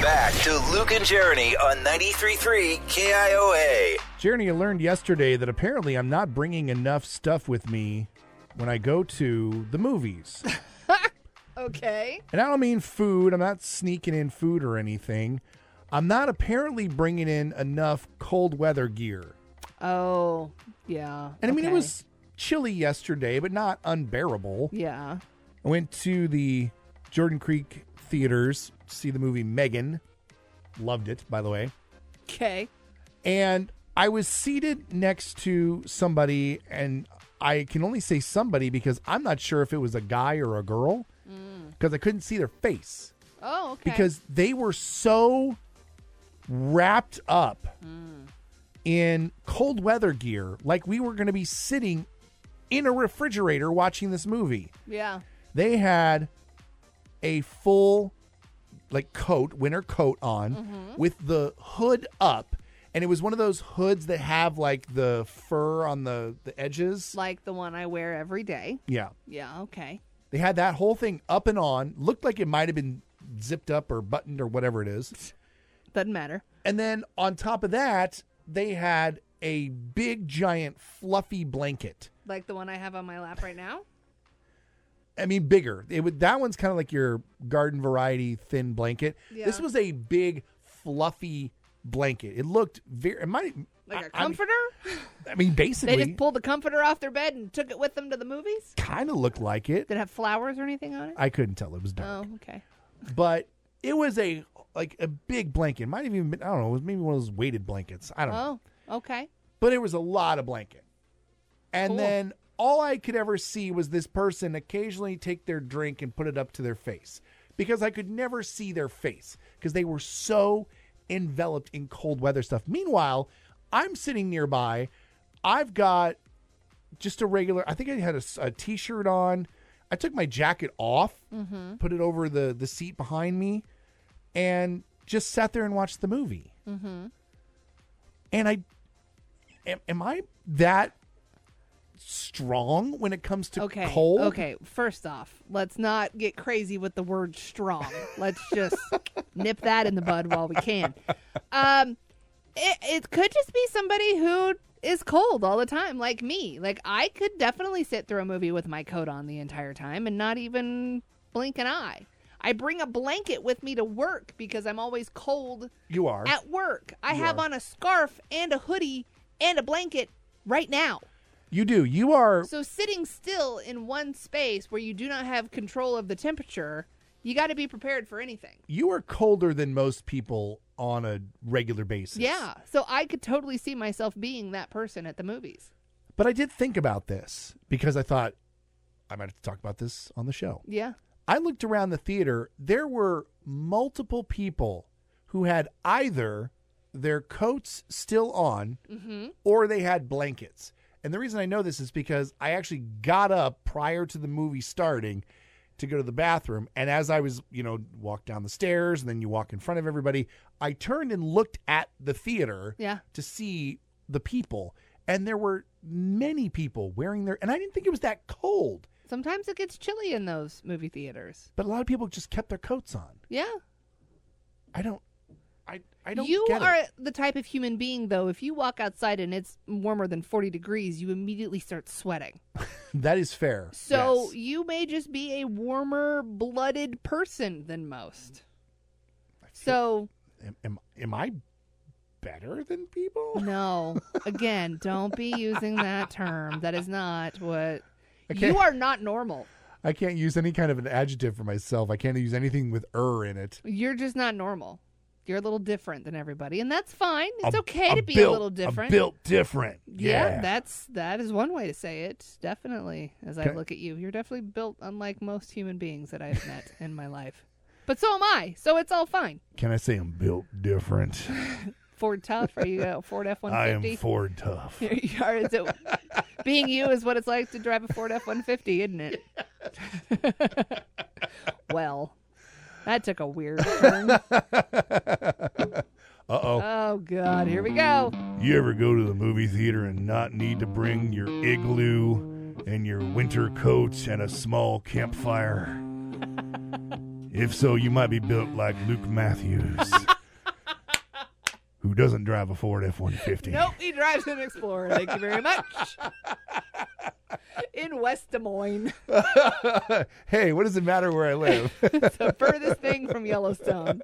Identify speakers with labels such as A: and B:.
A: back to Luke and Jeremy on 93.3 KIOA.
B: Jeremy, I learned yesterday that apparently I'm not bringing enough stuff with me when I go to the movies.
C: Okay.
B: and I don't mean food, I'm not sneaking in food or anything. I'm not apparently bringing in enough cold weather gear.
C: Oh, yeah.
B: And I mean, it
C: okay.
B: was chilly yesterday, but not unbearable.
C: Yeah.
B: I went to the Jordan Creek Theaters to see the movie Megan. Loved it, by the way.
C: Okay.
B: and I was seated next to somebody, and I can only say somebody because I'm not sure if it was a guy or a girl because I couldn't see their face
C: Oh, okay.
B: because they were so wrapped up in cold weather gear, like we were going to be sitting in a refrigerator watching this movie.
C: yeah.
B: They had a full like coat, winter coat on with the hood up. And it was one of those hoods that have like the fur on the, the edges.
C: Like the one I wear every day.
B: Yeah.
C: Yeah, okay.
B: They had that whole thing up and on. Looked like it might have been zipped up or buttoned or whatever it is.
C: Doesn't matter.
B: And then on top of that, they had a big, giant, fluffy blanket.
C: Like the one I have on my lap right now.
B: I mean, bigger. It would that one's kind of like your garden variety thin blanket. This
C: Yeah.
B: was a big, fluffy blanket. It looked very. It might
C: Like a
B: I- I mean-
C: comforter?
B: I mean,
C: They
B: basically,
C: just pulled the comforter off their bed and took it with them to the movies?
B: kind of looked like it.
C: Did it have flowers or anything on it?
B: I couldn't tell it was dark,
C: Oh, okay.
B: but it was a like a big blanket. It might have even been I don't know. It was maybe one of those weighted blankets. I don't know.
C: Oh, okay.
B: but it was a lot of blanket. And
C: Cool.
B: then all I could ever see was this person occasionally take their drink and put it up to their face because I could never see their face because they were so enveloped in cold weather stuff. Meanwhile, I'm sitting nearby. I've got just a regular, I think I had a, s- a t-shirt on. I took my jacket off, put it over the, the seat behind me and just sat there and watched the movie. Mm-hmm. And I am, am I that strong when it comes to
C: Okay.
B: cold?
C: Okay. First off, let's not get crazy with the word strong. Let's just nip that in the bud while we can. Um, it, it could just be somebody who is cold all the time, like me. Like I could definitely sit through a movie with my coat on the entire time and not even blink an eye. I bring a blanket with me to work because I'm always cold
B: You are.
C: at work. I
B: You
C: have
B: are.
C: on a scarf and a hoodie and a blanket right now.
B: you do. You are.
C: So sitting still in one space where you do not have control of the temperature, you got to be prepared for anything.
B: You are colder than most people on a regular basis.
C: Yeah. So I could totally see myself being that person at the movies.
B: But I did think about this because I thought I might have to talk about this on the show.
C: Yeah.
B: I looked around the theater. There were multiple people who had either their coats still on or they had blankets. And the reason I know this is because I actually got up prior to the movie starting to go to the bathroom. And as I was, you know, walked down the stairs and then you walk in front of everybody, I turned and looked at the theater
C: Yeah.
B: to see the people. And there were many people wearing their, and I didn't think it was that cold,
C: Sometimes it gets chilly in those movie theaters.
B: but a lot of people just kept their coats on.
C: Yeah.
B: I don't. I I don't.
C: you
B: get
C: are
B: It.
C: the type of human being though, if you walk outside and it's warmer than 40 degrees, you immediately start sweating.
B: That is fair.
C: So
B: Yes.
C: you may just be a warmer blooded person than most. So
B: am, am am I better than people?
C: No. Again, don't be using that term. That is not what.
B: Okay.
C: You are not normal.
B: I can't use any kind of an adjective for myself. I can't use anything with "er" in it.
C: You're just not normal. You're a little different than everybody, and that's fine. It's
B: I'm-
C: okay to
B: I'm
C: be a
B: built-
C: little different.
B: I'm built different.
C: yeah.
B: Yeah.
C: that's that is one way to say it. Definitely, as I
B: Okay.
C: look at you, you're definitely built unlike most human beings that I've met in my life. But so am I, so it's all fine.
B: Can I say I'm built different?
C: Ford Tough, are you a Ford F one
B: I am
C: fifty?
B: Ford tough.
C: Here you are. It's a- being you is what it's like to drive a Ford F 150, isn't it? well, that took a weird turn.
B: Uh oh.
C: Oh, God. Here we go.
B: You ever go to the movie theater and not need to bring your igloo and your winter coats and a small campfire? if so, you might be built like Luke Matthews. who doesn't drive a Ford F 150.
C: Nope, he drives an Explorer. Thank you very much. In West Des Moines,
B: hey, what does it matter where I live?
C: the furthest thing from Yellowstone.